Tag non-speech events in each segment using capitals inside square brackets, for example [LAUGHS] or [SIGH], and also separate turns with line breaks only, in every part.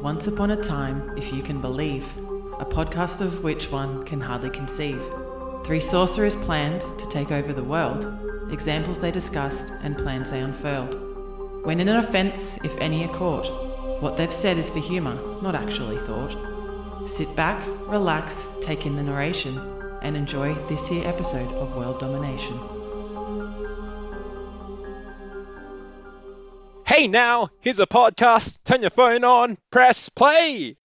Once upon a time, if you can believe, a podcast of which one can hardly conceive. Three sorcerers planned to take over the world, examples they discussed and plans they unfurled. When in an offence, if any are caught, what they've said is for humour, not actually thought. Sit back, relax, take in the narration, and enjoy this here episode of World Domination.
Hey now, here's a podcast. Turn your phone on, press
[LAUGHS]
play.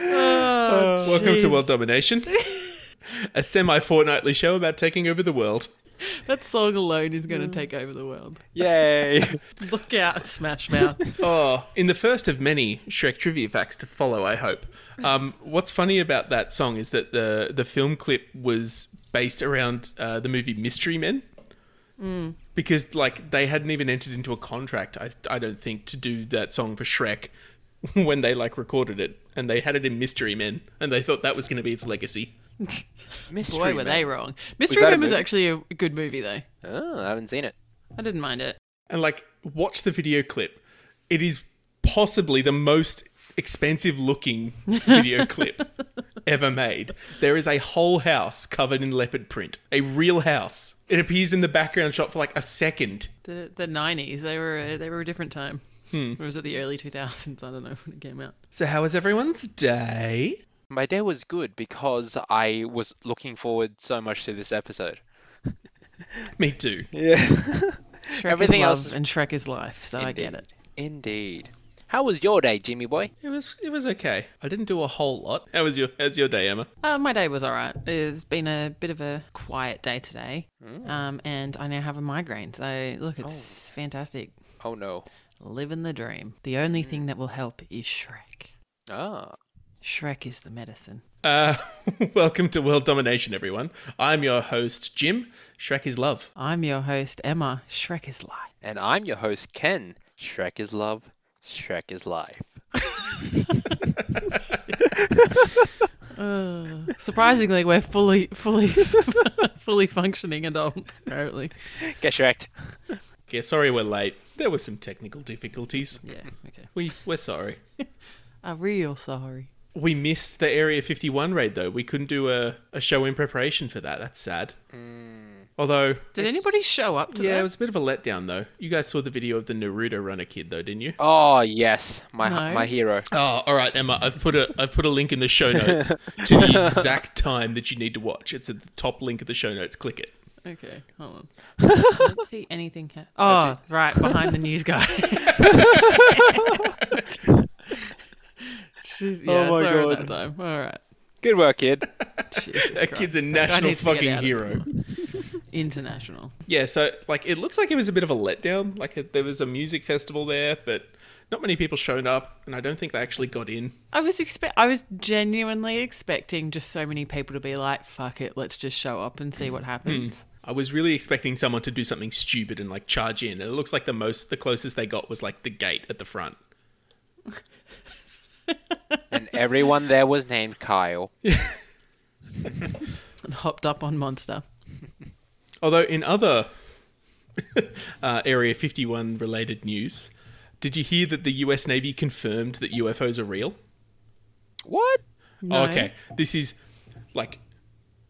Welcome to World Domination, a semi fortnightly show about taking over the world.
That song alone is going to take over the world.
Yay.
Look out,
[LAUGHS]
Smash Mouth.
Oh, in the first of many Shrek trivia facts to follow, I hope. Um, what's funny about that song is that the, the film clip was based around uh, the movie Mystery Men. Because, like, they hadn't even entered into a contract, I, I don't think, to do that song for Shrek [LAUGHS] when they, like, recorded it. And they had it in Mystery Men, and they thought that was going to be its legacy.
Mystery
Boy, were they
Man.
wrong. Mystery
that a
Men was
movie?
actually a good movie, though.
Oh, I haven't seen it.
I didn't mind it.
and like watch the video clip. It is possibly the most expensive looking video clip ever made. There is a whole house covered in leopard print, a real house. It appears in the background shot for like a second.
The the nineties, they were a, they were a different time.
Hmm.
Or was it the early two thousands? I don't know when it came out.
So how was everyone's day?
My day was good because I was looking forward so much to this episode.
Me too.
[LAUGHS] Yeah.
Shrek
Everything
is love
else is-
and Shrek is life, so I get it.
Indeed. How was your day, Jimmy boy?
It was it was okay. I didn't do a whole lot. How was your how's your day, Emma?
Uh, my day was all right. It's been a bit of a quiet day today,
Hmm.
um, and I now have a migraine. So look, it's fantastic,
Oh no.
living the dream. The only
Hmm.
thing that will help is Shrek.
Ah.
Shrek is the medicine.
Uh, [LAUGHS] welcome to World Domination, everyone. I'm your host, Jim. Shrek is love.
I'm your host, Emma. Shrek is life.
And I'm your host, Ken. Shrek is love, Shrek is life.
[SIGHS] Surprisingly, we're fully, fully, [LAUGHS] fully functioning adults. Apparently,
Get Shreked.
Yeah, sorry we're late. There were some technical difficulties.
yeah. Okay,
We we're sorry.
I'm real sorry.
We missed the Area 51 raid though. We couldn't do a, a show in preparation for that. That's sad.
Mm.
Although,
Did anybody show up to
yeah,
that?
it was a bit of a letdown though. You guys saw the video of the Naruto runner kid though,
[LAUGHS]
didn't you?
Oh yes, my
No.
my hero.
Oh, all right, Emma. I've put a I've put a link in the show [LAUGHS] notes to the exact time that you need to watch. It's at the top link of the show notes. Click it.
Okay, hold
[LAUGHS]
on. I don't see anything. Ha- oh, right behind the news [LAUGHS] guy. Jeez,
Oh
yeah,
my
sorry
God.
that time.
[LAUGHS]
All right.
Good work, kid.
Jesus
That kid's a
Christ. guy
national
needs to get out
fucking
of
hero.
[LAUGHS] International.
Yeah, so like it looks like it was a bit of a letdown. Like it there was a music festival there, but not many people showed up, and I don't think they actually got in.
I was expect. I was genuinely expecting just so many people to be like, "Fuck it, let's just show up and see what
Hmm.
happens."
I was really expecting someone to do something stupid and like charge in, and it looks like the most the closest they got was like the gate at the front.
and everyone there was named Kyle.
And hopped up on Monster.
Although in other [LAUGHS] uh, Area 51 related news, did you hear that the US Navy confirmed that UFOs are real?
What?
No.
Oh, Okay, this is like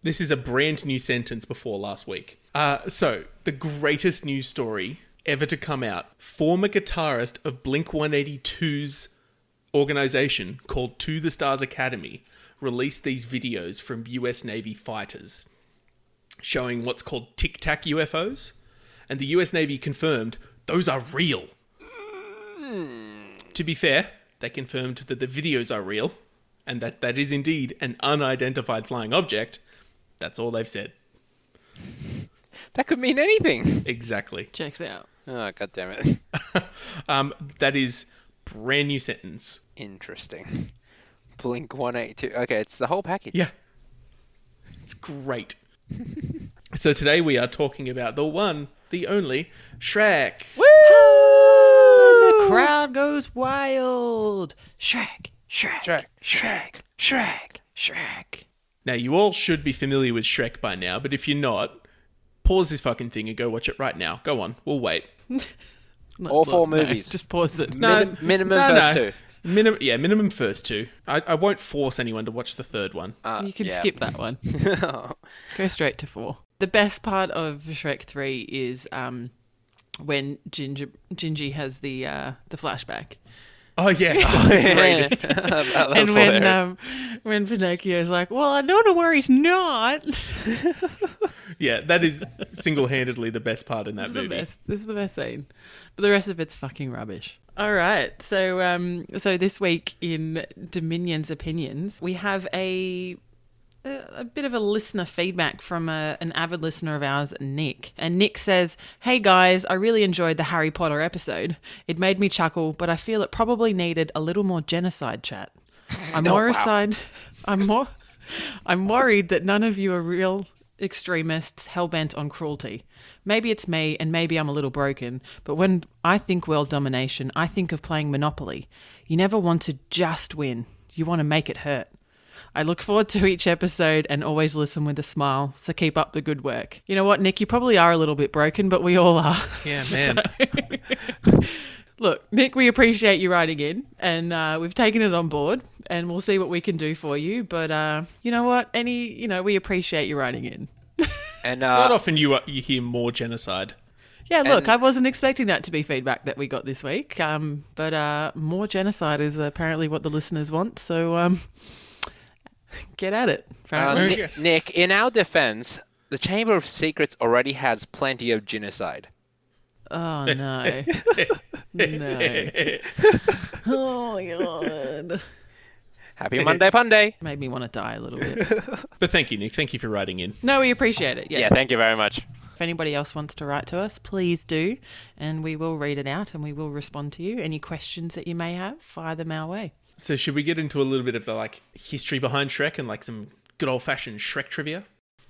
this is a brand new sentence before last week. Uh, so the greatest news story ever to come out: former guitarist of Blink 182's organization called To the Stars Academy released these videos from U.S. Navy fighters showing what's called tic tac UFOs, and the U.S. Navy confirmed those are real. To be fair, they confirmed that the videos are real and that that is indeed an unidentified flying object. That's all they've said.
That could mean anything. [LAUGHS]
Exactly.
Checks out.
Oh god damn it.
Um, that is brand new sentence.
Interesting. Blink one eight two. Okay, it's the whole package.
Yeah. It's great. so today we are talking about the one, the only Shrek.
The crowd goes wild. Shrek, Shrek, Shrek,
Shrek,
Shrek, Shrek, Shrek.
Now, you all should be familiar with Shrek by now, but if you're not, pause this fucking thing and go watch it right now. Go on, we'll wait.
Not-
All four
no,
movies.
Just pause it.
Minim- minimum first two.
Minimum, yeah, minimum first two. I, I won't force anyone to watch the third one.
Uh,
you can
yeah.
skip that one.
[LAUGHS]
Go straight to four. The best part of Shrek Three is um, when Ginger Gingy has the uh, the flashback,
[LAUGHS]
Oh yeah, greatest.
That was
and when
hilarious.
um, when Pinocchio's like, "Well, I don't know where he's not." [LAUGHS] this
[LAUGHS] Yeah, that is single-handedly the best part in that
is the
movie.
best. This is the best scene, but the rest of it's fucking rubbish. All right, so um, so this week in Dominion's opinions, we have a a a bit of a listener feedback from a, an avid listener of ours, Nick. And Nick says, Hey guys, I really enjoyed the Harry Potter episode. It made me chuckle, but I feel it probably needed a little more genocide chat. I'm more aside, I'm more. I'm worried that none of you are real extremists hell-bent on cruelty. Maybe it's me and maybe I'm a little broken, but when I think world domination, I think of playing Monopoly. You never want to just win. You want to make it hurt. I look forward to each episode and always listen with a smile. So keep up the good work. You know what, Nick? You probably are a little bit broken, but we all are. [LAUGHS]
Yeah, man.
Look, Nick, we appreciate you writing in, and uh, we've taken it on board, and we'll see what we can do for you. But uh, you know what? Any, you know, we appreciate you writing in.
and
It's not
uh,
often you you hear more genocide.
Yeah, look, I wasn't expecting that to be feedback that we got this week. Um, but uh, more genocide is uh, apparently what the listeners want. So um, get at it.
uh,
apparently.
Where's
Ni-
your-
Nick, in our defense, the Chamber of Secrets already has plenty of genocide.
oh no,
[LAUGHS]
no. Oh my god.
Happy Monday, Punday.
Made me want to die a little bit.
But thank you, Nick. Thank you for writing in.
No, we appreciate it. Yeah.
Yeah, thank you very much.
If anybody else wants to write to us, please do, and we will read it out and we will respond to you. Any questions that you may have, fire them our way.
So should we get into a little bit of the like history behind Shrek and like some good old fashioned Shrek trivia?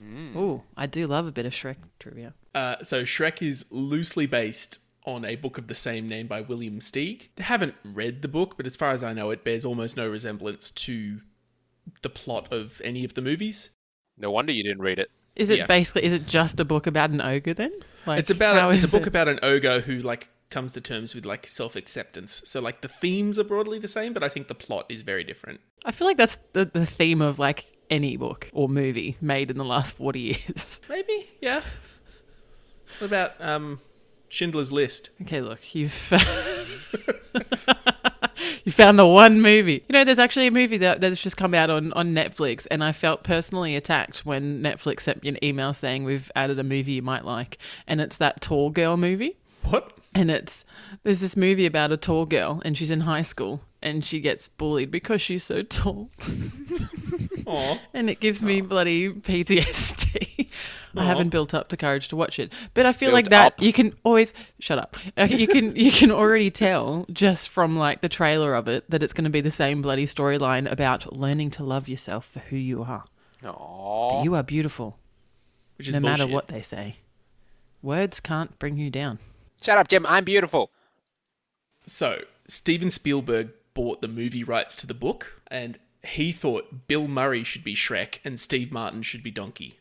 Mm.
Ooh, I do love a bit of Shrek trivia.
Uh, so Shrek is loosely based on a book of the same name by William Steig. I haven't read the book, but as far as I know, it bears almost no resemblance to the plot of any of the movies.
No wonder you didn't read it.
Is it
Yeah.
basically is it just a book about an ogre then? Like,
it's about
how
a, it's a
is
book
it-
about an ogre who like comes to terms with like self acceptance. So like the themes are broadly the same, but I think the plot is very different.
I feel like that's the, the theme of like any book or movie made in the last forty years. [LAUGHS]
Maybe, yeah. What about um, Schindler's List?
Okay, look, you've [LAUGHS] you found the one movie. You know, there's actually a movie that that's just come out on on Netflix, and I felt personally attacked when Netflix sent me an email saying we've added a movie you might like, and it's that tall girl movie.
What?
And it's there's this movie about a tall girl, and she's in high school, and she gets bullied because she's so tall,
[LAUGHS] Aw.
and it gives me bloody PTSD. I haven't built up the courage to watch it, but I feel like
Built
that
up.
you can always shut up. Uh, You can you can already tell just from like the trailer of it that it's going to be the same bloody storyline about learning to love yourself for who you are.
Aww.
You are beautiful,
Which is
no matter
bullshit.
what they say. Words can't bring you down.
Shut up, Jim. I'm beautiful.
So, Steven Spielberg bought the movie rights to the book, and he thought Bill Murray should be Shrek and Steve Martin should be Donkey.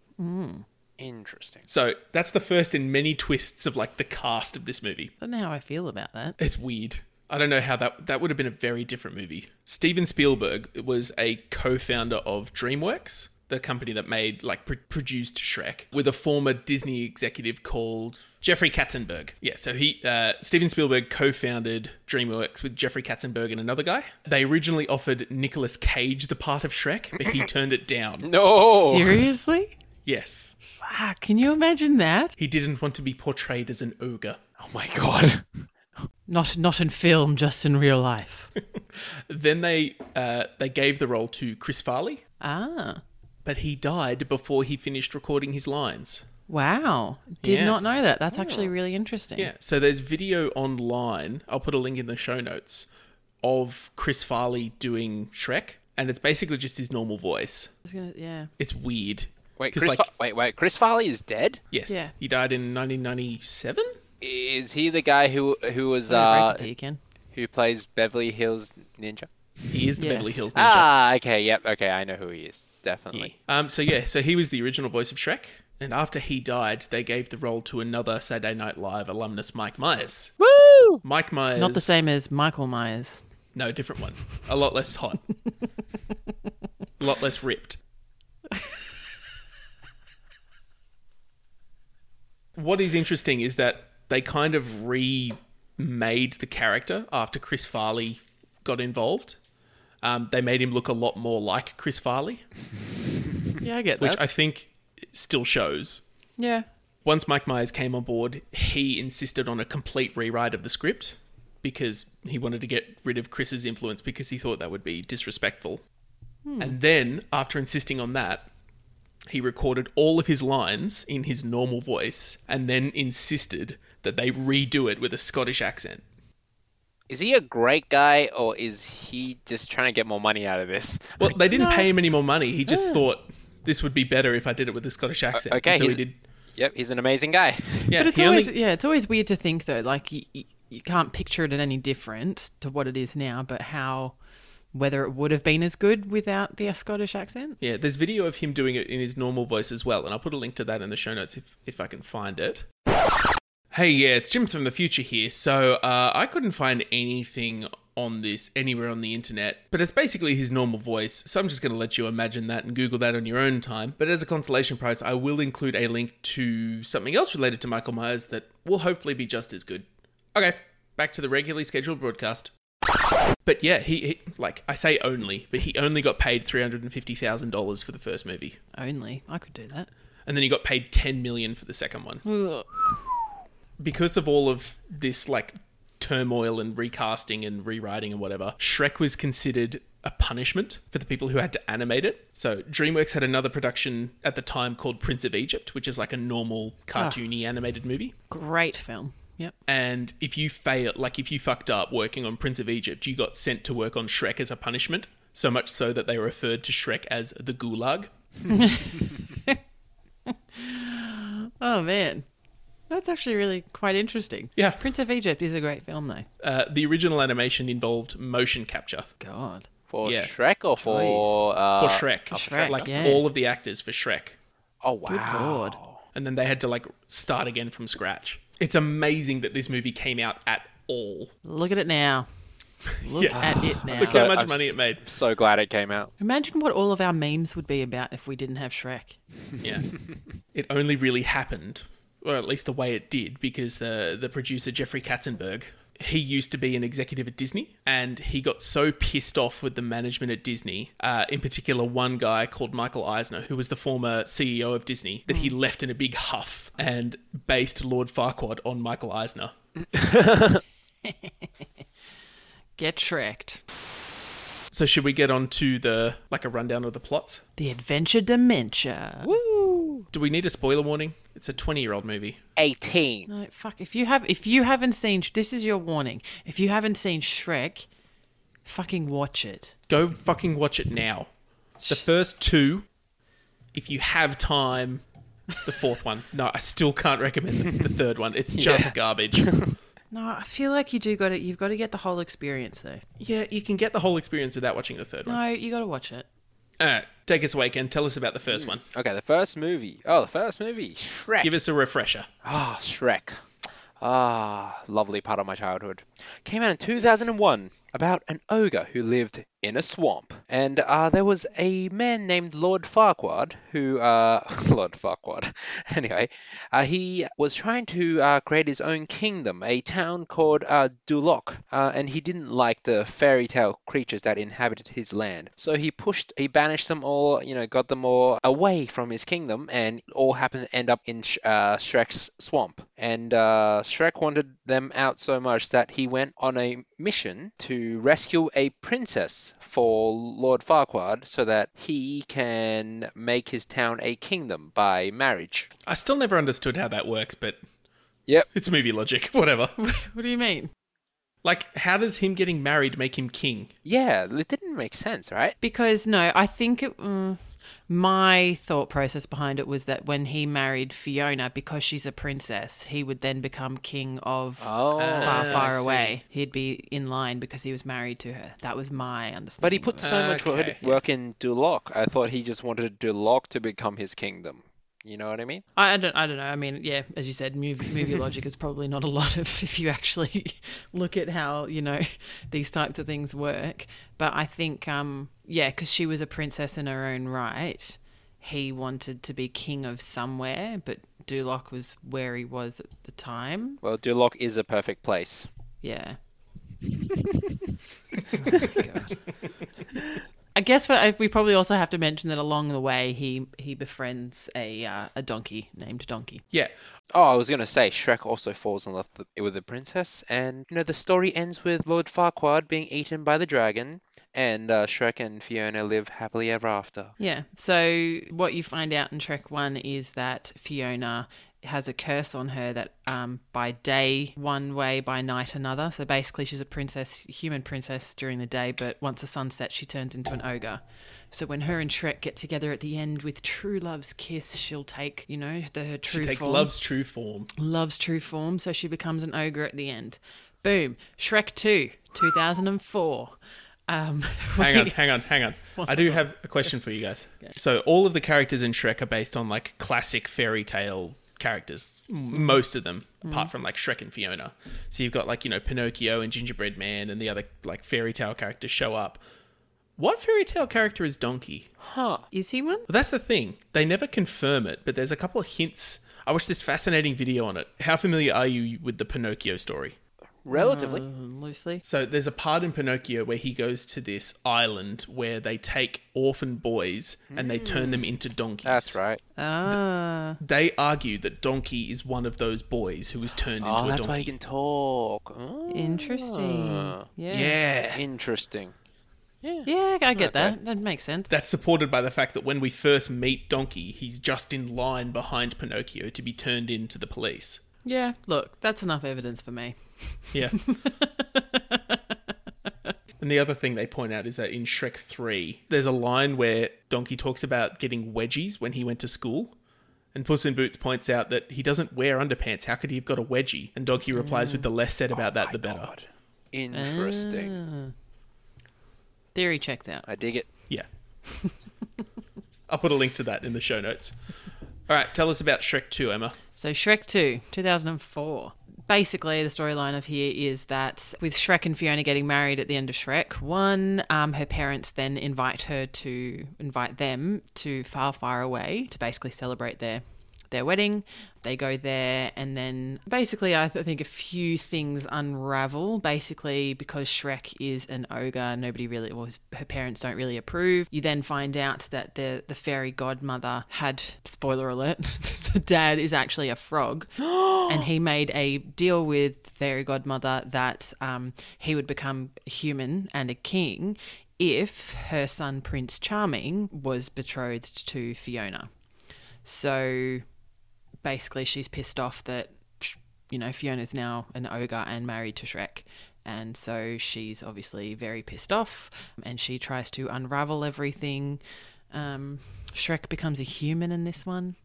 Interesting.
So, that's the first in many twists of like the cast of this movie.
I don't know how I feel about that.
It's weird. I don't know how that that would have been a very different movie. Steven Spielberg was a co-founder of DreamWorks, the company that made like pr- produced Shrek, with a former Disney executive called Jeffrey Katzenberg. Yeah, so he uh, Steven Spielberg co-founded DreamWorks with Jeffrey Katzenberg and another guy. They originally offered Nicolas Cage the part of Shrek, but he turned it down.
No.
Oh. Seriously?
Yes,
Wow, can you imagine that?
he didn't want to be portrayed as an ogre.
Oh my god.
Not not in film, just in real [LAUGHS] life.
Then they uh, they gave the role to Chris Farley.
ah.
but he died before he finished recording his lines.
Wow. Did
Yeah.
not know that. That's actually really interesting.
Yeah, so there's video online. I'll put a link in the show notes of Chris Farley doing Shrek, and it's basically just his normal voice.
I was gonna- yeah.
It's weird.
Wait,
'Cause,
Chris
like-
Fa- wait, wait. Chris Farley is dead.
Yes,
Yeah.
he died in 1997.
Is he the guy who who was
Sorry to break
uh
it to you, Ken.
who plays Beverly Hills Ninja?
He is the
Yes.
Beverly Hills Ninja.
Ah, okay, yep, okay, I know who he is. Definitely.
Um, so yeah, so he was the original voice of Shrek, and after he died, they gave the role to another Saturday Night Live alumnus, Mike Myers.
Woo!
Mike Myers,
Not the same as Michael Myers.
No, different one. A lot less hot. a lot less ripped. what is interesting is that they kind of remade the character after Chris Farley got involved. Um, they made him look a lot more like Chris Farley,
Yeah, I get
which
that.
I think still shows.
yeah.
Once Mike Myers came on board, he insisted on a complete rewrite of the script because he wanted to get rid of Chris's influence because he thought that would be disrespectful.
Hmm.
And then, after insisting on that, he recorded all of his lines in his normal voice and then insisted that they redo it with a Scottish accent.
Is he a great guy or is he just trying to get more money out of this? [LAUGHS]
Well, they didn't pay him any more money. He just thought this would be better if I did it with a Scottish accent.
okay,
And so he
he's-
did.
Yep, he's an amazing guy.
[LAUGHS] Yeah,
But it's
he only-
always yeah, it's always weird to think though, like you, you can't picture it any different to what it is now, but how whether it would have been as good without the Scottish accent.
Yeah, there's video of him doing it in his normal voice as well, and I'll put a link to that in the show notes if, if I can find it. Hey, yeah, it's Jim from the future here. So uh, I couldn't find anything on this anywhere on the internet, but it's basically his normal voice. So I'm just going to let you imagine that and Google that on your own time. But as a consolation prize, I will include a link to something else related to Michael Myers that will hopefully be just as good. Okay, back to the regularly scheduled broadcast. But yeah, he, he like I say only, but he only got paid three hundred and fifty thousand dollars for the first movie,
Only I could do that.
and then he got paid ten million for the second one. Because of all of this like turmoil and recasting and rewriting and whatever, Shrek was considered a punishment for the people who had to animate it. So DreamWorks had another production at the time called Prince of Egypt, which is like a normal cartoony animated movie.
Great film. Yep.
And if you fail, like if you fucked up working on Prince of Egypt, you got sent to work on Shrek as a punishment. So much so that they referred to Shrek as the Gulag.
Oh man, that's actually really quite interesting.
Yeah.
Prince of Egypt is a great film though.
Uh, the original animation involved motion capture
God.
For
Yeah.
Shrek or for
for
uh,
Shrek.
Shrek,
like
yeah.
all of the actors for Shrek,
Oh wow.
lord.
and then they had to like start again from scratch. It's amazing that this movie came out at all.
Look at it
[LAUGHS]
now. Look
Yeah.
at it now.
Look how
So
much
I've
money
s-
it made.
So glad it came out.
Imagine what all of our memes would be about if we didn't have Shrek.
Yeah. [LAUGHS] it only really happened, or at least the way it did, because the the producer Jeffrey Katzenberg, he used to be an executive at Disney, and he got so pissed off with the management at Disney, uh, in particular one guy called Michael Eisner, who was the former CEO of Disney, that he left in a big huff and based Lord Farquaad on Michael Eisner.
Get Shreked.
So should we get on to the like a rundown of the plots?
The Adventure Dementia.
Uh. Do we need a spoiler warning? It's a twenty year old movie.
18.
No, fuck. If you have, if you haven't seen, this is your warning. If you haven't seen Shrek, fucking watch it.
Go fucking watch it now. The first two, if you have time. The fourth one. No, I still can't recommend the, the third one. It's just
Yeah.
garbage.
No, I feel like you do got it. You've got to get the whole experience though.
yeah, you can get the whole experience without watching the third one.
No, you got to watch it.
All right, take us away, Ken. Tell us about the first one.
Okay, the first movie. Oh, the first movie. Shrek.
Give us a refresher.
Ah, Shrek. Ah, lovely part of my childhood. Came out in 2001 about an ogre who lived in a swamp. And uh, there was a man named Lord Farquaad who, uh, [LAUGHS] Lord Farquaad. [LAUGHS] Anyway, uh, he was trying to uh, create his own kingdom, a town called uh, Duloc. Uh, and he didn't like the fairy tale creatures that inhabited his land. So he pushed, he banished them all, you know, got them all away from his kingdom, and all happened to end up in Sh- uh, Shrek's swamp. And uh, Shrek wanted them out so much that he went on a mission to rescue a princess for Lord Farquaad so that he can make his town a kingdom by marriage.
I still never understood how that works, but
Yep.
it's movie logic. [LAUGHS] Whatever.
What do you mean?
Like, how does him getting married make him king?
Yeah, it didn't make sense, right?
Because no, I think it. Mm, my thought process behind it was that when he married Fiona, because she's a princess, he would then become king of
Oh.
far,
Ah, I
far
see.
away. He'd be in line because he was married to her. That was my understanding.
But he
of
put
it.
so much wo-
Okay.
work in Duloc. I thought he just wanted Duloc to become his kingdom. You know what I mean?
I, I don't. I don't know. I mean, yeah, as you said, movie, movie [LAUGHS] logic is probably not a lot of if you actually [LAUGHS] look at how you know [LAUGHS] these types of things work. But I think, um, yeah, because she was a princess in her own right, he wanted to be king of somewhere, but Duloc was where he was at the time.
Well, Duloc is a perfect place.
Yeah. I guess we- we probably also have to mention that along the way he he befriends a uh, a donkey named Donkey.
Yeah.
Oh, I was gonna say Shrek also falls in love th- with the princess, and you know the story ends with Lord Farquaad being eaten by the dragon, and uh, Shrek and Fiona live happily ever after.
Yeah. So what you find out in Trek One is that Fiona has a curse on her that um, by day one way, by night another. So basically, she's a princess, human princess during the day, but once the sun sets, she turns into an ogre. So when her and Shrek get together at the end with true love's kiss, she'll take you know the her true
She takes
form
love's true form.
loves true form, so she becomes an ogre at the end. Boom. Shrek 2, 2004. Um,
Hang on, hang on, hang on. I do have a question for you guys. So, all of the characters in Shrek are based on like classic fairy tale characters, m- most of them, apart from like Shrek and Fiona. So, you've got like, you know, Pinocchio and Gingerbread Man and the other like fairy tale characters show up. What fairy tale character is Donkey?
Huh.
Is he one?
Well, that's the thing. They never confirm it, but there's a couple of hints. I watched this fascinating video on it. How familiar are you with the Pinocchio story?
Relatively.
loosely.
So there's a part in Pinocchio where he goes to this island where they take orphan boys and they turn them into donkeys.
That's right.
Ah.
They argue that Donkey is one of those boys who was turned into
Oh,
a
that's why
donkey.
he can talk.
Interesting.
Ah.
Yeah.
yeah.
Interesting.
Yeah, I get that. That makes sense.
That's supported by the fact that when we first meet Donkey, he's just in line behind Pinocchio to be turned into the police.
Yeah. Look, that's enough evidence for me.
Yeah. [LAUGHS] and the other thing they point out is that in Shrek 3, there's a line where Donkey talks about getting wedgies when he went to school. And Puss in Boots points out that he doesn't wear underpants. How could he have got a wedgie? And Donkey replies with the less said about that, the better.
God. Interesting.
Theory checks out.
I dig it.
Yeah. [LAUGHS] I'll put a link to that in the show notes. All right, tell us about Shrek 2, Emma.
So Shrek 2, 2004. Basically, the storyline of here is that with Shrek and Fiona getting married at the end of Shrek 1, um, her parents then invite her to invite them to far, far away to basically celebrate their their wedding. They go there and then basically I th- think a few things unravel basically because Shrek is an ogre, nobody really well his, her parents don't really approve. You then find out that the the fairy godmother had spoiler alert, [LAUGHS] the dad is actually a frog and he made a deal with the fairy godmother that um, he would become human and a king if her son Prince Charming was betrothed to Fiona. So basically, she's pissed off that you know Fiona's now an ogre and married to Shrek. And so she's obviously very pissed off and she tries to unravel everything. Um, Shrek becomes a human in this one.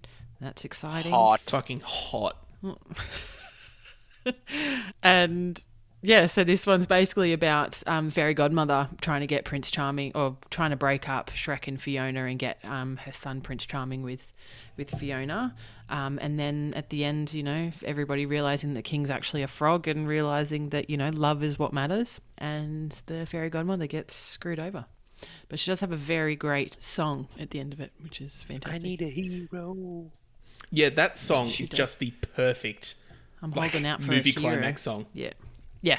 That's exciting
Hot.
Fucking hot.
[LAUGHS] and yeah, so this one's basically about um, fairy godmother trying to get Prince Charming or trying to break up Shrek and Fiona and get um, her son Prince Charming with with Fiona, um, and then at the end, you know, everybody realizing that King's actually a frog and realizing that you know love is what matters, and the fairy godmother gets screwed over. But she does have a very great song at the end of it, which is
I
fantastic.
need a hero.
Yeah, that song is
does.
just the perfect
I'm
like,
holding out for
movie
a hero.
climax song.
Yeah. Yeah.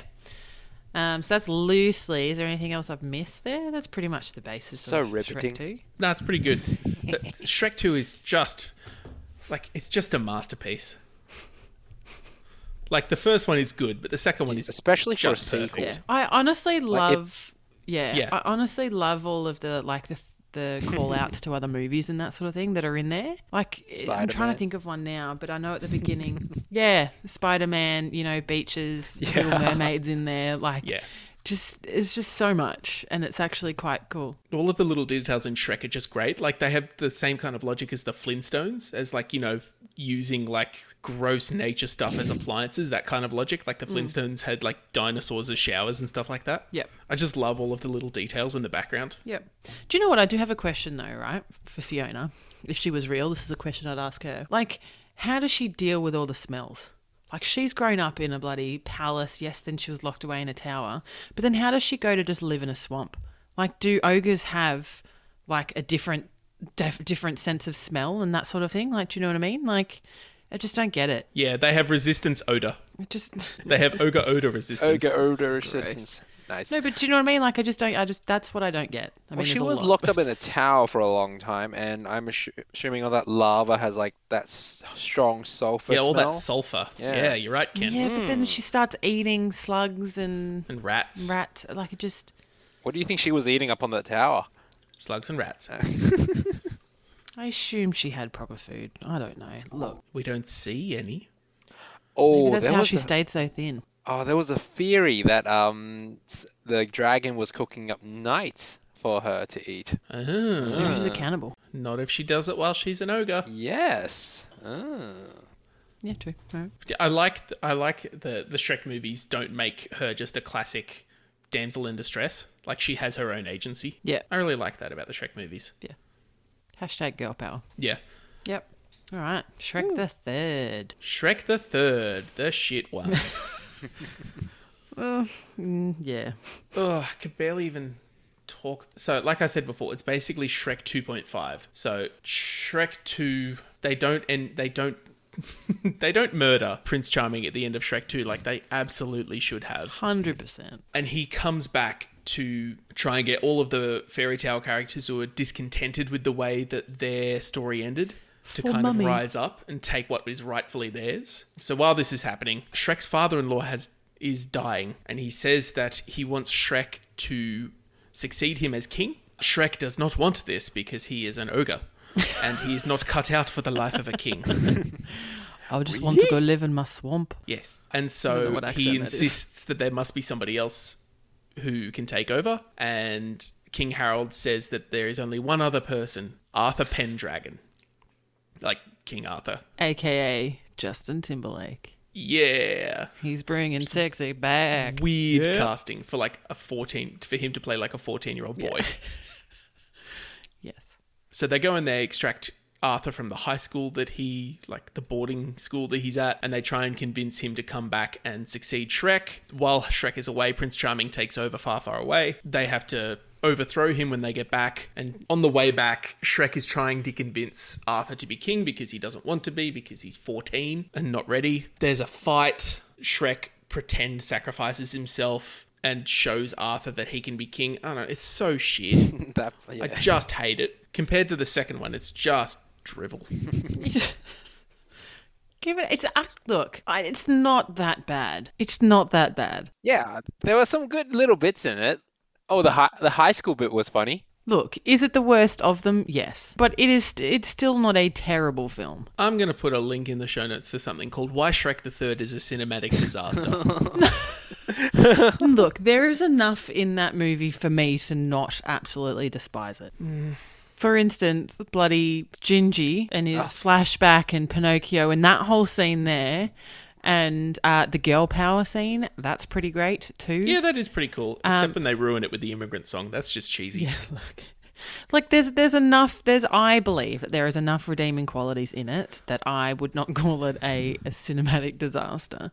Um, so that's loosely. Is there anything else I've missed there? That's pretty much the basis
So
of
riveting.
Shrek 2.
No, it's pretty
[LAUGHS]
good. But Shrek 2 is just like it's just a masterpiece. Like the first one is good, but the second one is
Especially for a
Just perfect.
sequel.
I honestly
Like, it-
love yeah,
Yeah.
I honestly love all of the like the the call outs to other movies and that sort of thing that are in there. Like I'm trying
Spider-Man.
to think of one now, but I know at the beginning, [LAUGHS] yeah, Spider Man, you know, beaches,
[LAUGHS]
Little
Yeah.
Mermaids in there, like
Yeah.
just it's just so much, and it's actually quite cool.
all of the little details in Shrek are just great. Like they have the same kind of logic as the Flintstones, as like you know using like gross nature stuff as appliances. That kind of logic. Like the
Mm.
Flintstones had like dinosaurs as showers and stuff like that.
Yep.
I just love all of the little details in the background.
Yep. Do you know what? I do have a question though, right? For Fiona, if she was real, this is a question I'd ask her. Like, how does she deal with all the smells? Like, she's grown up in a bloody palace. Yes, then she was locked away in a tower. But then how does she go to just live in a swamp? Like, do ogres have like a different, def- different sense of smell and that sort of thing? Like, do you know what I mean? Like, I just don't get it.
Yeah, they have resistance odor.
I just. [LAUGHS]
They have ogre odor resistance.
Ogre odor resistance. Nice.
No, but do you know what I mean? Like, I just don't. I just that's what I don't get. I mean,
well, she
there's a
was
lot.
locked up in a tower for a long time, and I'm assu- assuming all that lava has like that s- strong sulfur
Yeah, all
smell.
that sulfur. Yeah,
Yeah.
you're right, Ken.
Yeah, but
Mm.
then she starts eating slugs and
And rats,
rat like it just
what do you think she was eating up on the tower?
slugs and rats.
i assume she had proper food i don't know look
We don't see any.
Oh,
maybe that's
there
how
was
she
a,
stayed so thin
oh, there was a theory that um s- the dragon was cooking up night for her to eat.
Uh.
Uh-huh.
Maybe
Ah.
she's a cannibal
Not if she does it while she's an ogre.
Yes. [LAUGHS] Ah.
yeah true Alright.
I like th- I like the the Shrek movies don't make her just a classic damsel in distress. Like she has her own agency.
Yeah.
I really like that about the Shrek movies.
hashtag girl power
Yeah.
yep all right shrek the third
Shrek the Third, the shit one.
Mm, yeah
Ugh, I could barely even talk. So, like I said before, it's basically Shrek 2.5. So, Shrek 2, they don't and they don't [LAUGHS] they don't murder Prince Charming at the end of Shrek 2 like they absolutely should have.
100%
and he comes back to try and get all of the fairy tale characters who are discontented with the way that their story ended to
For
kind
mummy.
of rise up and take what is rightfully theirs. So while this is happening, Shrek's father-in-law has is dying and he says that he wants Shrek to succeed him as king. Shrek does not want this because he is an ogre and he is not cut out for the life of a king.
i would just want to go live in my swamp
Yes. And
don't know
so
what accent
he
that
insists that there must be somebody else who can take over. And King Harold says that there is only one other person Arthur Pendragon. Like King Arthur.
aka justin timberlake
Yeah.
he's bringing sexy
Mm.
back
Weird casting for like a 14, for him to play like a 14 year old boy.
[LAUGHS] yes [LAUGHS]
So they go and they extract Arthur from the high school that he, like the boarding school that he's at, and they try and convince him to come back and succeed Shrek. While Shrek is away, Prince Charming takes over far, far away. They have to overthrow him when they get back. And on the way back, Shrek is trying to convince Arthur to be king because he doesn't want to be, because he's 14 and not ready. There's a fight. Shrek pretend sacrifices himself and shows Arthur that he can be king. I don't know, it's so shit.
That
I
yeah.
just hate it. Compared to the second one, it's just drivel.
You just- Give it. It's uh, look. I, it's not that bad. It's not that bad.
yeah, there were some good little bits in it. Oh, the high the high school bit was funny.
Look, is it the worst of them? Yes, but it is. It's still not a terrible film.
I'm going to put a link in the show notes to something called Why Shrek the Third is a Cinematic Disaster.
Look, there is enough in that movie for me to not absolutely despise it. For instance, bloody Gingy and his flashback and Pinocchio and that whole scene there, and uh, the girl power scene. That's pretty great too.
yeah, that is pretty cool. Except when they ruin it with the immigrant song. That's just cheesy.
Yeah, look. Like there's there's enough there's I believe that there is enough redeeming qualities in it that I would not [LAUGHS] call it a, a cinematic disaster.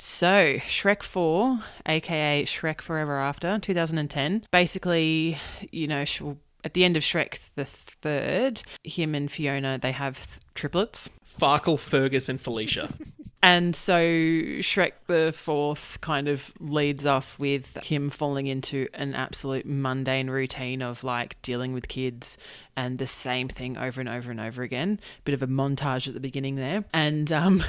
so Shrek Four, aka Shrek Forever After, 2010. Basically, you know, sh- at the end of Shrek the third, him and Fiona they have th- triplets.
Farkle, Fergus, and Felicia.
And so Shrek the Fourth kind of leads off with him falling into an absolute mundane routine of like dealing with kids and the same thing over and over and over again. Bit of a montage at the beginning there. And um,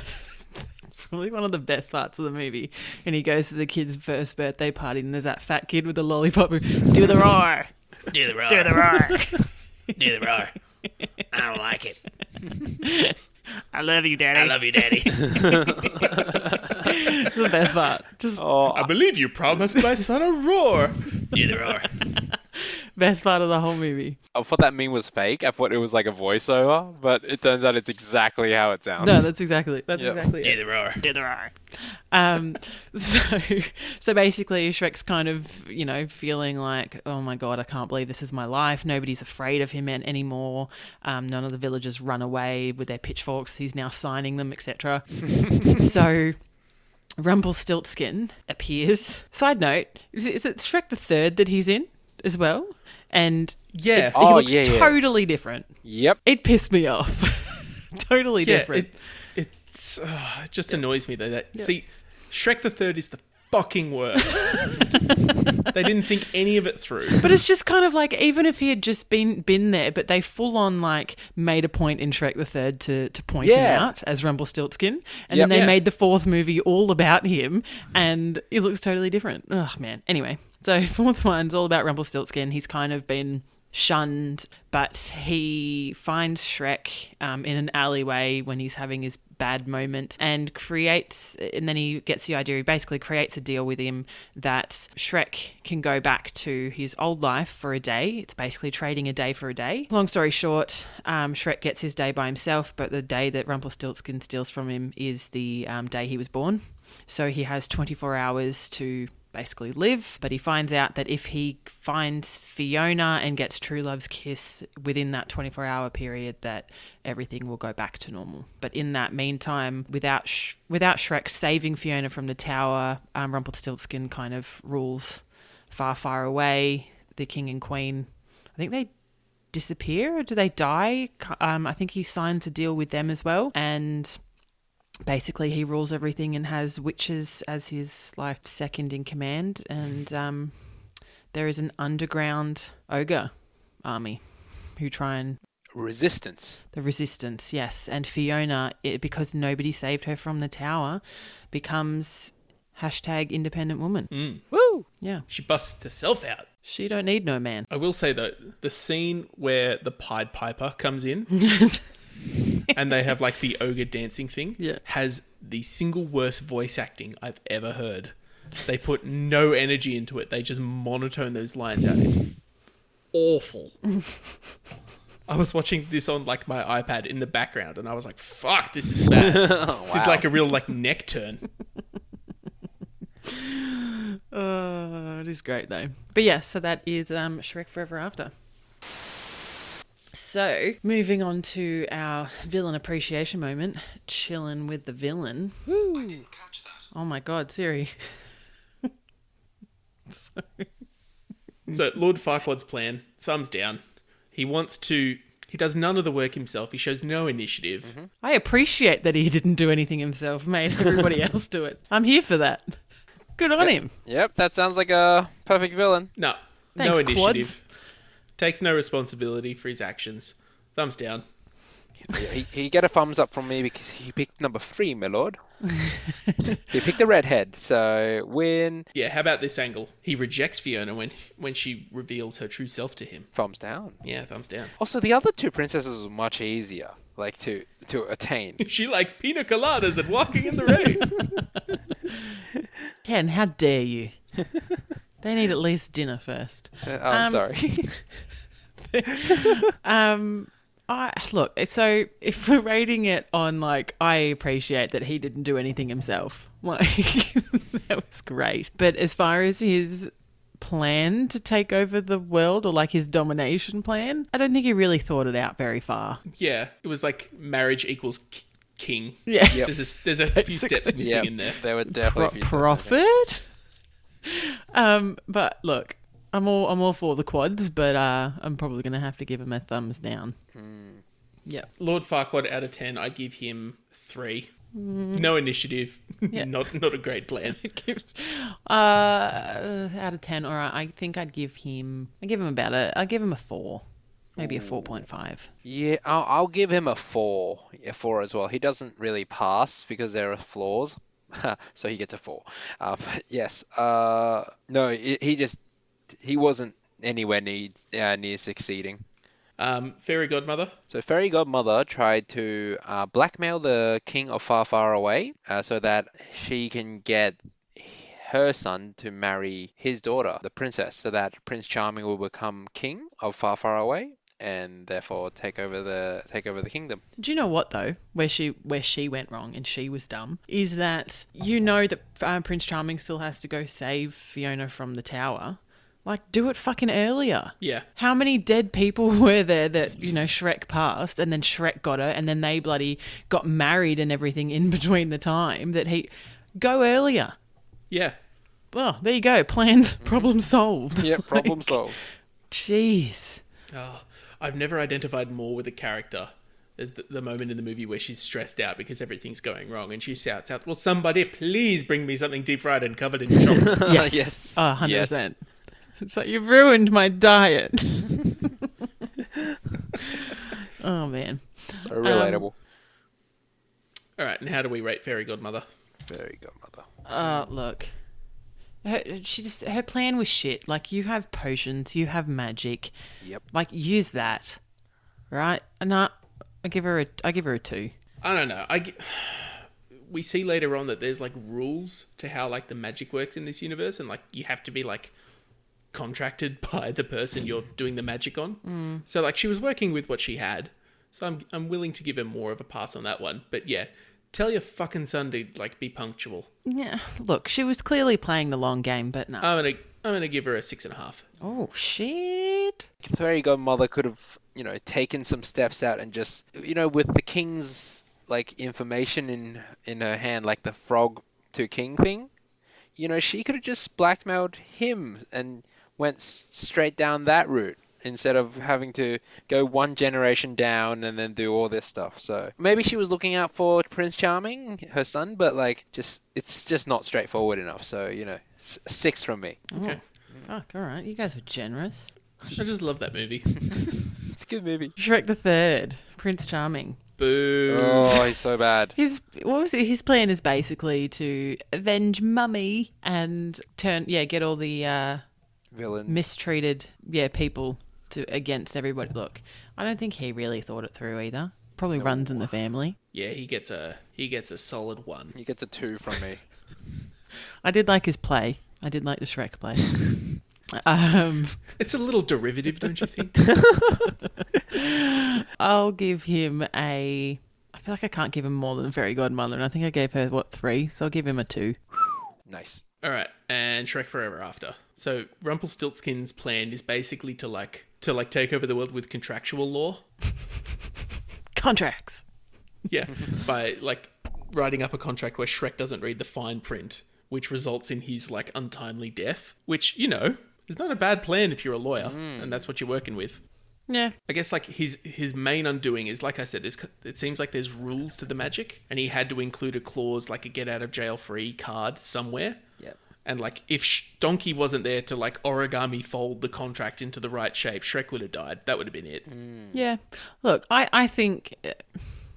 [LAUGHS] probably one of the best parts of the movie. And he goes to the kid's first birthday party and there's that fat kid with the lollipop who, do the roar.
Do the roar.
Do the roar.
Do the roar. I don't like it.
I love you, Daddy.
I love you, Daddy.
[LAUGHS] the best part. Just
I believe you promised my son a roar. Do the roar.
best part of the whole movie.
I thought that meme was fake. I thought it was like a voiceover, but it turns out it's exactly how it sounds.
No, that's exactly that's
Yep.
exactly it.
the roar.
Do the roar.
Um, [LAUGHS] so so basically, Shrek's kind of you know feeling like, oh my god, I can't believe this is my life. Nobody's afraid of him an- anymore. Um, none of the villagers run away with their pitchforks. He's now signing them,
[LAUGHS]
etc. so. Rumpelstiltskin appears. Side note: is it, is it Shrek the Third that he's in as well? And
Yeah.
Oh,
he looks
yeah, yeah.
totally different.
Yep.
It pissed me off. [LAUGHS] totally
yeah.
different.
It, it's, uh, it just annoys me though. That see, Shrek the Third is the fucking
[LAUGHS]
worst. they didn't think any of it through.
But it's just kind of like even if he had just been been there, but they full on like made a point in Shrek the Third to to point him
Yeah.
out as Rumpelstiltskin,
Yep.
and then they
Yeah.
made the fourth movie all about him, and he looks totally different. Oh man. Anyway, so [LAUGHS] fourth one's all about Rumpelstiltskin. He's kind of been shunned, but he finds Shrek um, in an alleyway when he's having his bad moment and creates and then he gets the idea he basically creates a deal with him that Shrek can go back to his old life for a day it's basically trading a day for a day long story short um, Shrek gets his day by himself but the day that Rumpelstiltskin steals from him is the um, day he was born so he has 24 hours to basically live. But he finds out that if he finds Fiona and gets True Love's kiss within that 24 hour period, that everything will go back to normal. But in that meantime, without Sh- without Shrek saving Fiona from the tower, um, Rumpelstiltskin kind of rules far, far away. The king and queen, I think they disappear or do they die? Um, I think he signs a deal with them as well. And basically he rules everything and has witches as his like second in command and um, there is an underground ogre army who try and
Resistance.
the resistance yes and fiona it, because nobody saved her from the tower becomes hashtag independent woman
Woo.
yeah
She busts herself out.
she don't need no man
I will say though, the scene where the Pied Piper comes in and they have like the ogre dancing thing
Yeah.
has the single worst voice acting I've ever heard. They put no energy into it. They just monotone those lines out. It's awful. I was watching this on like my iPad in the background and I was like, fuck, this is bad. Did like a real like neck turn.
Oh, it is great though. But yeah, so that is um, Shrek Forever After. So moving on to our villain appreciation moment, chilling with the villain. Oh my god, Siri.
So Lord Farquaad's plan, thumbs down. He wants to. He does none of the work himself. He shows no initiative.
I appreciate that he didn't do anything himself, made everybody else do it. I'm here for that. Good on him.
Yep, that sounds like a perfect villain.
No,
Thanks,
no initiative.
quads.
Takes no responsibility for his actions. Thumbs down.
he, he get a thumbs up from me because he picked number three, my
[LAUGHS]
lord. he picked the redhead, so win.
Yeah, how about this angle? He rejects Fiona when when she reveals her true self to him.
Thumbs down.
Yeah, thumbs down.
Also, the other two princesses were much easier, like to to
[LAUGHS]
attain.
She likes pina coladas and walking in the rain.
Ken, how
[LAUGHS]
dare you? they need at least dinner first.
Uh, oh, I'm
Um,
sorry.
[LAUGHS] Um, I look. So if we're rating it on like, I appreciate that he didn't do anything himself. [LAUGHS] Like that was great. But as far as his plan to take over the world or like his domination plan, I don't think he really thought it out very far.
yeah, it was like marriage equals k- king.
Yeah.
Yep.
There's a, there's a few steps missing
yeah,
in there.
there were definitely a few steps in there.
profit. Um, but look, I'm all I'm all for the quads, but uh, I'm probably gonna have to give him a thumbs down. Yep.
Lord Farquaad out of ten, I give him three. No initiative. [LAUGHS] not not a great plan.
give uh out of 10 or i think i'd give him i give him about a i give him a 4 maybe a 4.5
Yeah, I'll, I'll give him a four, a four as well. He doesn't really pass because there are flaws, [LAUGHS] so [LAUGHS] he gets a four. Uh, but yes, uh, no, he, he just he wasn't anywhere near, uh, near succeeding.
Um, fairy godmother.
So Fairy Godmother tried to uh, blackmail the King of Far Far Away uh, so that she can get her son to marry his daughter, the princess, so that Prince Charming will become King of Far Far Away and therefore take over the take over the kingdom.
Do you know what though? Where she where she went wrong and she was dumb is that you know that um, Prince Charming still has to go save Fiona from the tower. Like, do it fucking earlier.
Yeah.
How many dead people [LAUGHS] were there that you know Shrek passed and then Shrek got her and then they bloody got married and everything in [LAUGHS] between the time that he go earlier.
Yeah.
Well, there you go. Planned, problem solved.
Yep, problem
Like,
solved.
Jeez.
Oh, I've never identified more with a character as the, the moment in the movie where she's stressed out because everything's going wrong and she shouts out, "Will somebody please bring me something deep fried and covered in
[LAUGHS]
chocolate?"
Yes.
Yes. Um,
Oh, 100%.
Yes.
It's like, you've ruined my diet. oh, man.
So relatable.
All right, and how do we rate fairy godmother?
Fairy Godmother.
Oh, look. Her, she just, her plan was shit. Like, you have potions, you have magic.
Yep.
Like, use that. Right? Nah, I give her a, I give her a two.
I don't know. I g- [SIGHS] we see later on that there's like rules to how like the magic works in this universe, and like you have to be like contracted [LAUGHS] by the person you're doing the magic on. So like she was working with what she had. So I'm I'm willing to give her more of a pass on that one. But yeah, tell your fucking son to like be punctual.
Yeah. Look, she was clearly playing the long game, but no.
I'm gonna I'm gonna give her a six and a half.
oh, shit.
fairy godmother could have you know taken some steps out and just you know with the king's like information in in her hand like the frog to king thing you know she could have just blackmailed him and went s- straight down that route instead of having to go one generation down and then do all this stuff so maybe she was looking out for prince charming her son but like just it's just not straightforward enough so you know s- six from me
Okay.
Fuck, all right. You guys were generous.
I just love that movie.
it's a good movie
Shrek the Third, Prince Charming.
[LAUGHS]
Boo.
oh he's so bad
His what was it? His plan is basically to avenge Mummy and turn yeah, get all the uh,
[LAUGHS] villain
mistreated yeah people to against everybody. Look, I don't think he really thought it through either. Probably runs in the family.
Yeah, he gets a he gets a solid one.
He gets a two from me.
I did like his play. I did like the Shrek [LAUGHS] play. um,
It's a little derivative, don't you think?
I'll give him a. I feel like I can't give him more than Fairy Godmother, and I think I gave her what three, so I'll give him a two.
nice.
All right, and Shrek Forever After. So Rumpelstiltskin's plan is basically to like to like take over the world with contractual law. [LAUGHS]
Contracts.
Yeah, by like writing up a contract where Shrek doesn't read the fine print, which results in his like untimely death. Which you know is not a bad plan if you're a lawyer and that's what you're working with.
Yeah.
I guess like his his main undoing is like I said, there's it seems like there's rules to the magic, and he had to include a clause like a get out of jail free card somewhere.
Yep.
And like if Sh- Donkey wasn't there to like origami fold the contract into the right shape, Shrek would have died. That would have been it.
Yeah. Look, I, I think uh,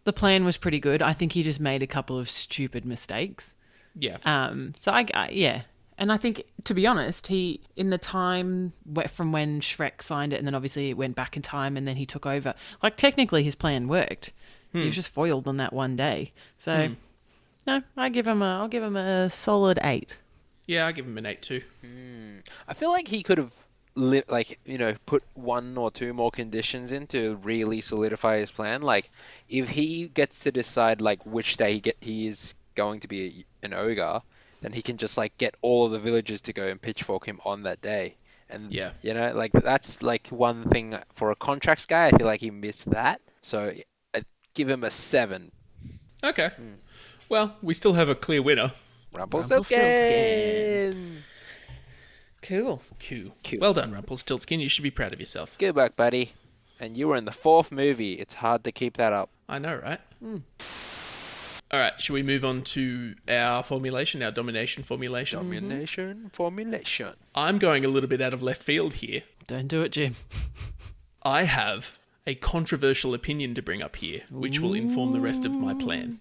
the plan was pretty good. I think he just made a couple of stupid mistakes.
Yeah.
Um, so I, I yeah. And I think, to be honest, he in the time wh- from when Shrek signed it, and then obviously it went back in time, and then he took over. Like technically, his plan worked. He was just foiled on that one day. So, no, I give him a, I'll give him a solid eight.
yeah, I give him an eight too.
I feel like he could have li- like you know put one or two more conditions in to really solidify his plan. Like if he gets to decide like which day he get he is going to be a, an ogre, then he can just like get all of the villagers to go and pitchfork him on that day. And
Yeah.
you know like that's like one thing for a contracts guy. I feel like he missed that. So i give him a seven.
Okay. Well, we still have a clear winner.
Rumpelstiltskin.
Cool.
Q.
Q.
Well done, Rumpelstiltskin. You should be proud of yourself.
Good work, buddy. And you were in the fourth movie. It's hard to keep that up.
I know, right? All right. Should we move on to our formulation, our domination formulation?
Domination formulation.
I'm going a little bit out of left field here.
Don't do it, Jim.
I have a controversial opinion to bring up here, which will inform the rest of my plan.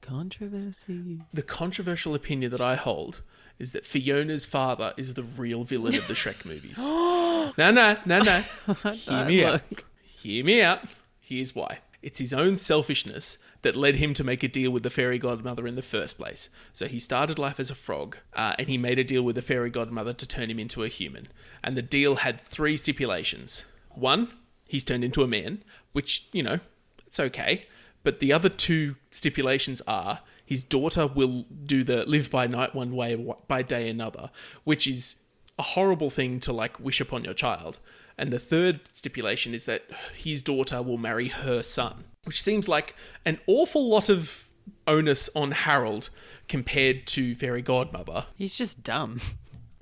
Controversy.
The controversial opinion that I hold is that Fiona's father is the real villain of the Shrek movies. [GASPS] no, no, no, no. [LAUGHS] Hear me out. Hear me out. Here's why. It's his own selfishness that led him to make a deal with the fairy godmother in the first place. So he started life as a frog, uh, and he made a deal with the fairy godmother to turn him into a human. And the deal had three stipulations. One, he's turned into a man, which, you know, it's okay. But the other two stipulations are his daughter will do the live by night one way, wa- by day another, which is a horrible thing to like wish upon your child. And the third stipulation is that his daughter will marry her son, which seems like an awful lot of onus on Harold compared to Fairy Godmother.
He's just dumb.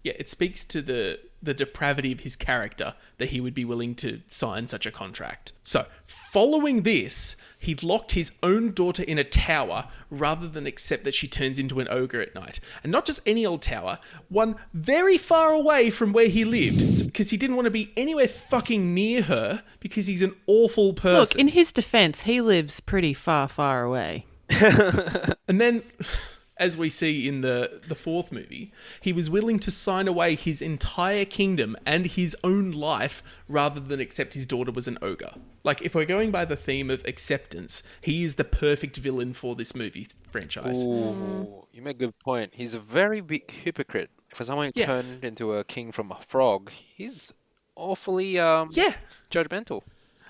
Yeah, it speaks to the the depravity of his character that he would be willing to sign such a contract. So, following this, he locked his own daughter in a tower rather than accept that she turns into an ogre at night. And not just any old tower, one very far away from where he lived, because he didn't want to be anywhere fucking near her because he's an awful person.
Look, in his defense, he lives pretty far, far away.
And then, as we see in the, the fourth movie, he was willing to sign away his entire kingdom and his own life rather than accept his daughter was an ogre. Like, if we're going by the theme of acceptance, he is the perfect villain for this movie franchise.
Ooh, you make a good point. He's a very big hypocrite. For someone
Yeah.
turned into a king from a frog, he's awfully um,
Yeah.
judgmental.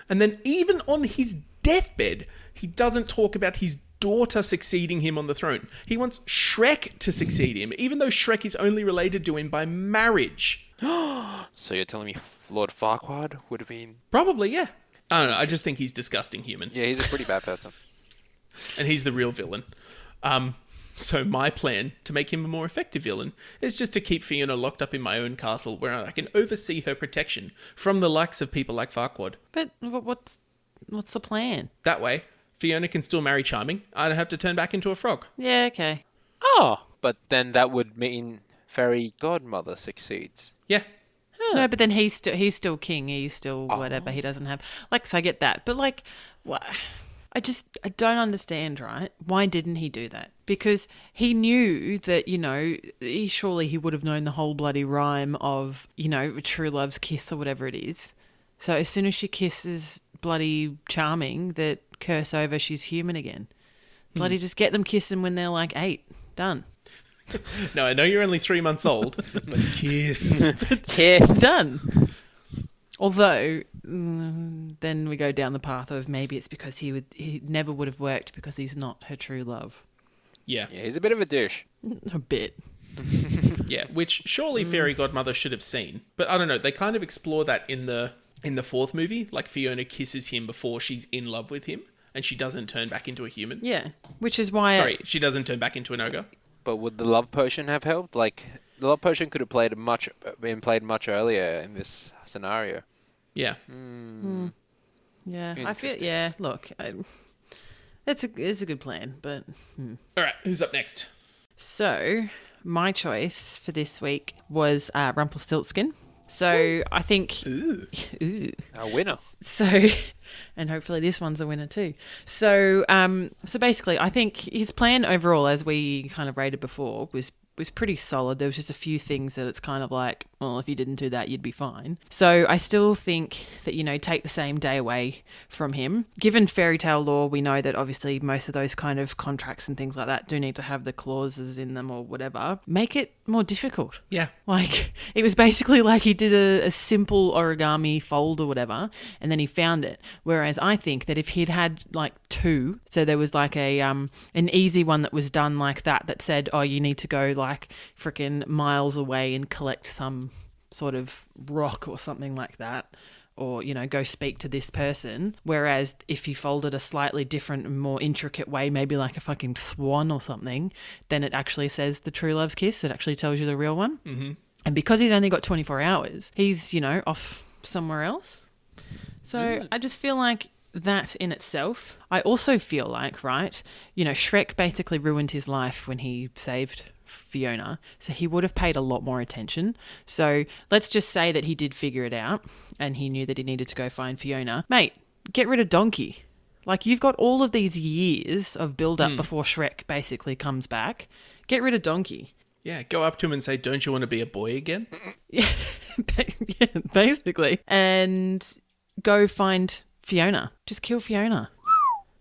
And then, even on his deathbed, he doesn't talk about his daughter succeeding him on the throne. He wants Shrek to succeed him, even though Shrek is only related to him by marriage.
So you're telling me Lord Farquaad would have been?
Probably, yeah. I don't know. I just think he's disgusting human.
Yeah, he's a pretty bad
[LAUGHS]
person.
and he's the real villain. Um, so my plan to make him a more effective villain is just to keep Fiona locked up in my own castle, where I can oversee her protection from the likes of people like Farquaad.
But wh- what's what's the plan?
That way, Fiona can still marry Charming. I don't have to turn back into a frog.
Yeah, okay.
Ah.
Oh, but then that would mean fairy godmother succeeds.
Yeah,
No, but then he's still he's still king. He's still whatever. He doesn't have like. So I get that, but like, what? I just I don't understand. Right? Why didn't he do that? Because he knew that you know he, surely he would have known the whole bloody rhyme of you know true love's kiss or whatever it is. So as soon as she kisses bloody charming, that curse over she's human again. Bloody just get them kissing when they're like eight. Done.
no, I know you're only three months old, but kiss.
Yeah.
done. Although, mm, then we go down the path of maybe it's because he would he never would have worked because he's not her true love.
Yeah,
Yeah, he's a bit of a douche.
A bit.
yeah. Which surely Fairy Godmother should have seen, but I don't know. They kind of explore that in the in the fourth movie. Like Fiona kisses him before she's in love with him, and she doesn't turn back into a human.
Yeah, which is why
Sorry, she doesn't turn back into an ogre.
But would the love potion have helped? Like the love potion could have played much been played much earlier in this scenario.
Yeah.
yeah, I feel
Interesting.
yeah. Look, I, it's a it's a good plan, but hmm.
All right, who's up next?
So, my choice for this week was uh, Rumpelstiltskin. So, I think. [LAUGHS] Ooh.
A winner.
So, [LAUGHS] and hopefully this one's a winner too. So, um, so basically, I think his plan overall, as we kind of rated before, was was pretty solid. There was just a few things that it's kind of like, well, if you didn't do that, you'd be fine. So, I still think that you know, take the same day away from him. Given fairy tale law, we know that obviously most of those kind of contracts and things like that do need to have the clauses in them or whatever. Make it more difficult.
Yeah.
Like it was basically like he did a, a simple origami fold or whatever, and then he found it. Whereas I think that if he'd had like two, so there was like a um an easy one that was done like that that said, oh, you need to go like freaking miles away and collect some sort of rock or something like that. Or, you know, go speak to this person. Whereas if you folded a slightly different and more intricate way, maybe like a fucking swan or something, then it actually says the true love's kiss. It actually tells you the real one. And because he's only got 24 hours, he's, you know, off somewhere else. So I just feel like that in itself. I also feel like, right, you know, Shrek basically ruined his life when he saved Fiona. So he would have paid a lot more attention. So let's just say that he did figure it out and he knew that he needed to go find Fiona. Mate, get rid of Donkey. Like you've got all of these years of build up before Shrek basically comes back. Get rid of Donkey.
Yeah, go up to him and say, "Don't you want to be a boy again?"
Yeah, [LAUGHS] basically. And go find Fiona. Just kill Fiona.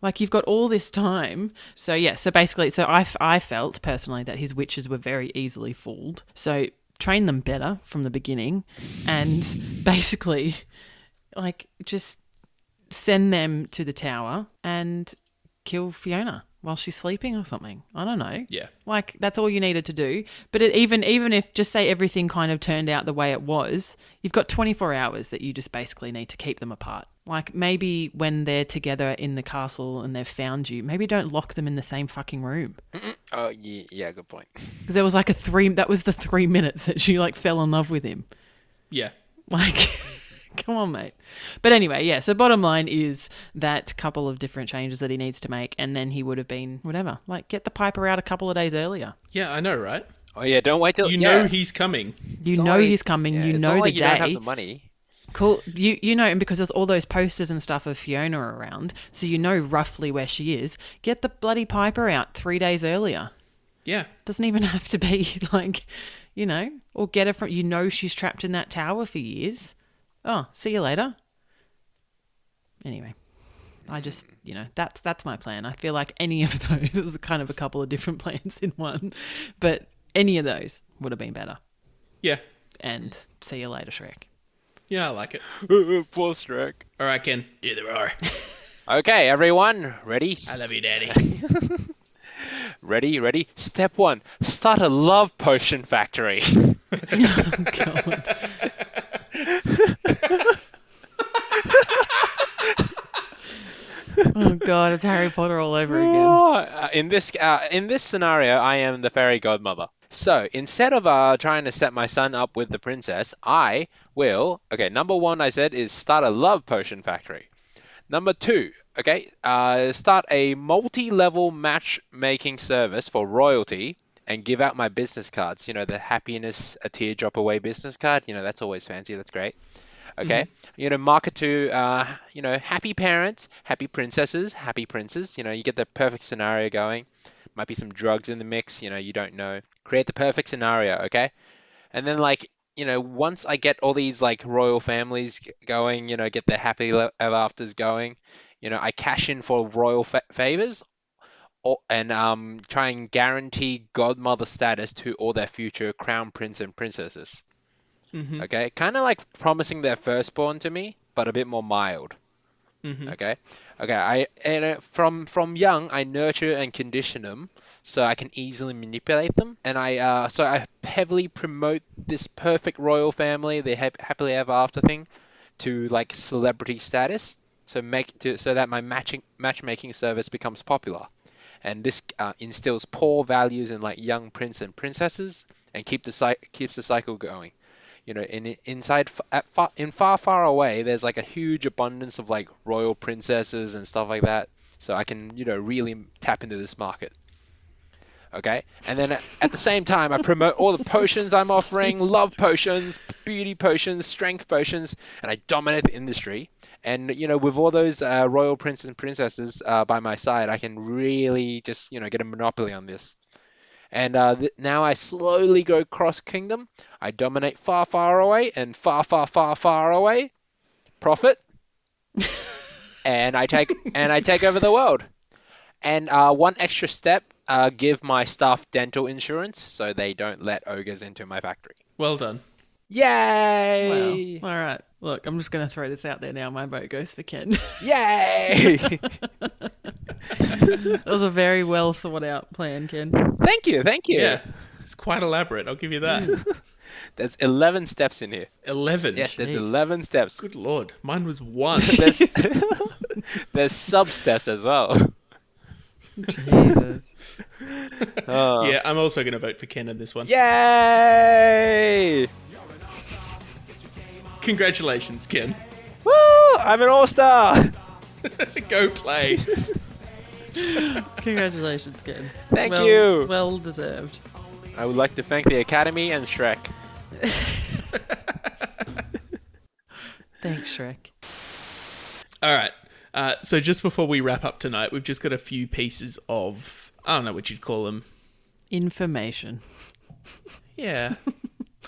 Like you've got all this time. So yeah, so basically, so I, f- I felt personally that his witches were very easily fooled. So train them better from the beginning and [LAUGHS] basically like just send them to the tower and kill Fiona while she's sleeping or something. I don't know.
Yeah.
Like that's all you needed to do. But it, even even if just say everything kind of turned out the way it was, you've got 24 hours that you just basically need to keep them apart. Like maybe when they're together in the castle and they've found you, maybe don't lock them in the same fucking room.
Oh, yeah, yeah, good point.
Because there was like a three [LAUGHS] that was the 3 minutes that she like fell in love with him.
Yeah,
Like, [LAUGHS] come on, mate. But anyway, yeah. So bottom line is that couple of different changes that he needs to make, and then he would have been whatever. Like, get the Piper out a couple of days earlier.
yeah, I know, right?
Oh, yeah, don't wait till
You
yeah.
know he's coming.
You
It's not
know
like-
he's coming.
yeah,
you
it's
know
not
the
like you
day.
don't have the money.
Cool. You you know, and because there's all those posters and stuff of Fiona around, so you know roughly where she is. Get the bloody Piper out three days earlier.
Yeah,
Doesn't even [LAUGHS] have to be like, you know, or get her from. You know, she's trapped in that tower for years. Oh, see you later. Anyway, I just you know that's that's my plan. I feel like any of [LAUGHS] those. It was kind of a couple of different [LAUGHS] plans in one, but any of those would have been better.
yeah,
And see you later, Shrek.
yeah. I like it.
[LAUGHS] Poor Shrek.
All right, Ken, do the roar.
Okay, everyone, ready?
I love you, Daddy.
Ready, ready. Step one: start a love potion factory. [LAUGHS]
[LAUGHS] Oh god, it's Harry Potter all over again.
Uh, in this uh, in this scenario, I am the fairy godmother. So instead of uh, trying to set my son up with the princess, I will. Okay, number one, I said is start a love potion factory. Number two, okay, uh, start a multi-level matchmaking service for royalty and give out my business cards. You know, the happiness a teardrop away business card. You know, that's always fancy. That's great. Okay, you know, market to uh, you know happy parents, happy princesses, happy princes. You know, you get the perfect scenario going. Might be some drugs in the mix. You know, you don't know. Create the perfect scenario. Okay, and then like you know, once I get all these like royal families g- going, you know, get their happy le- ever afters going. You know, I cash in for royal fa- favors. or- And um, try and guarantee godmother status to all their future crown prince and princesses. Okay, kind of like promising their firstborn to me, but a bit more mild. Okay, okay. I and uh, from from young, I nurture and condition them so I can easily manipulate them, and I uh, so I heavily promote this perfect royal family, the hap- happily ever after thing, to like celebrity status. So make to so that my matching matchmaking service becomes popular, and this uh, instills poor values in like young prince and princesses, and keep the cy- keeps the cycle going you know in inside f- at far, in far far away there's like a huge abundance of like royal princesses and stuff like that so i can you know really tap into this market okay and then at- at the same time i promote all the potions i'm offering love potions beauty potions strength potions and i dominate the industry and you know with all those uh, royal princes and princesses uh, by my side i can really just you know get a monopoly on this and uh, th- now I slowly go cross kingdom. I dominate far, far away and far, far, far, far away. Profit. and I take and I take over the world. And uh, one extra step, uh, give my staff dental insurance so they don't let ogres into my factory.
[LAUGHS] well done.
Wow.
Yay!
All right. Look, I'm just going to throw this out there now. My vote goes for Ken. [LAUGHS]
Yay!
that was a very well thought out plan, Ken.
thank you, thank you.
Yeah, it's quite elaborate. I'll give you that. [LAUGHS]
There's 11 steps in here.
Eleven.
Yes, there's
Jeez.
11 steps.
Good lord, mine was [LAUGHS] one.
There's, [LAUGHS] there's sub steps as well. [LAUGHS]
Jesus.
Oh.
yeah, I'm also going to vote for Ken on this one.
Yay!
Congratulations, Ken. [LAUGHS]
Woo! I'm an all star!
Go play.
Congratulations, Ken.
Thank
Well-
you.
Well deserved.
I would like to thank the Academy and Shrek.
Thanks, Shrek.
All right. Uh, so just before we wrap up tonight, we've just got a few pieces of I don't know what you'd call them.
Information.
Yeah.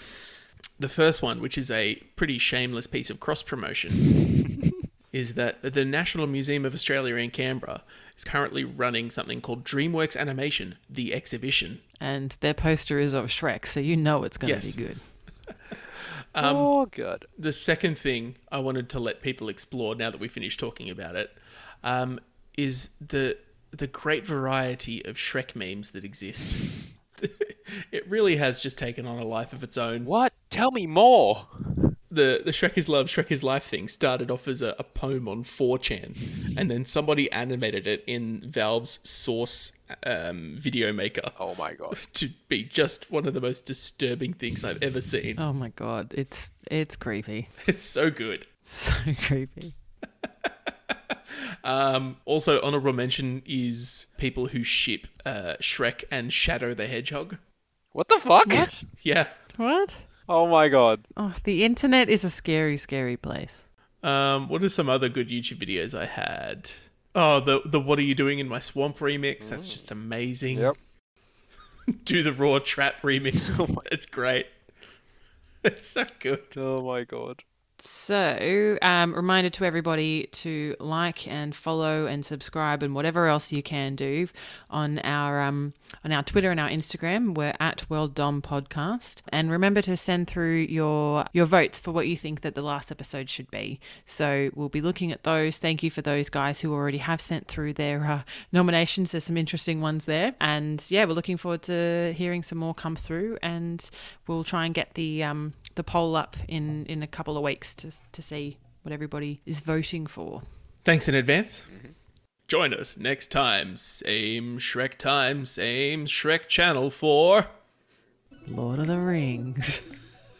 [LAUGHS] the first one, which is a pretty shameless piece of cross promotion, is that the National Museum of Australia in Canberra is currently running something called DreamWorks Animation, the exhibition.
And their poster is of Shrek, so you know it's going to
Yes.
be good.
oh, good.
The second thing I wanted to let people explore now that we finished talking about it um, is the the great variety of Shrek memes that exist. [LAUGHS] it really has just taken on a life of its own.
What? Tell me more.
the the Shrek is Love, Shrek is Life thing started off as a, a poem on 4chan, and then somebody animated it in Valve's Source um, video maker [LAUGHS]
Oh my god.
to be just one of the most disturbing things I've ever seen.
Oh my god, it's it's creepy, [LAUGHS]
It's so good.
so creepy.
Um, also, honorable mention is people who ship uh, Shrek and Shadow the Hedgehog.
What the fuck?
Yeah.
What?
Oh my god.
Oh, the internet is a scary, scary place.
Um, what are some other good YouTube videos I had? Oh, the the What Are You Doing in My Swamp remix. That's just amazing.
Yep.
[LAUGHS] do the raw trap remix. it's great. [LAUGHS] It's so good.
Oh my god.
So, um, reminder to everybody to like and follow and subscribe and whatever else you can do on our um, on our Twitter and our Instagram. We're at World Dom Podcast, and remember to send through your your votes for what you think that the last episode should be. So we'll be looking at those. Thank you for those guys who already have sent through their uh, nominations. There's some interesting ones there, and yeah, we're looking forward to hearing some more come through, and we'll try and get the um, the poll up in in a couple of weeks to to see what everybody is voting for.
Thanks in advance. Join us next time. Same Shrek time, same Shrek channel for.
Lord of the Rings.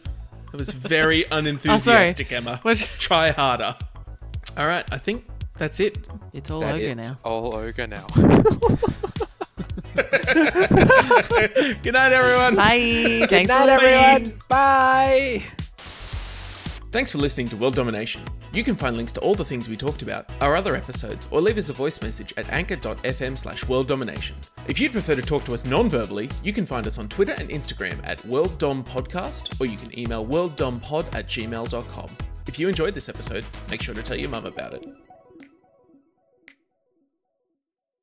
[LAUGHS]
That was very
Oh, sorry.
unenthusiastic, Emma.
What-
Try harder. All right, I think that's it.
It's all
That
over
is [LAUGHS]
now.
All ogre now.
Good night, everyone.
Bye. Thanks for
Night,
listening.
everyone. Bye.
Thanks for listening to World Domination. You can find links to all the things we talked about, our other episodes, or leave us a voice message at anchor.fm slash world domination. If you'd prefer to talk to us non-verbally, you can find us on Twitter and Instagram at World Dom Podcast, or you can email worlddompod at gmail.com. If you enjoyed this episode, make sure to tell your mum about it.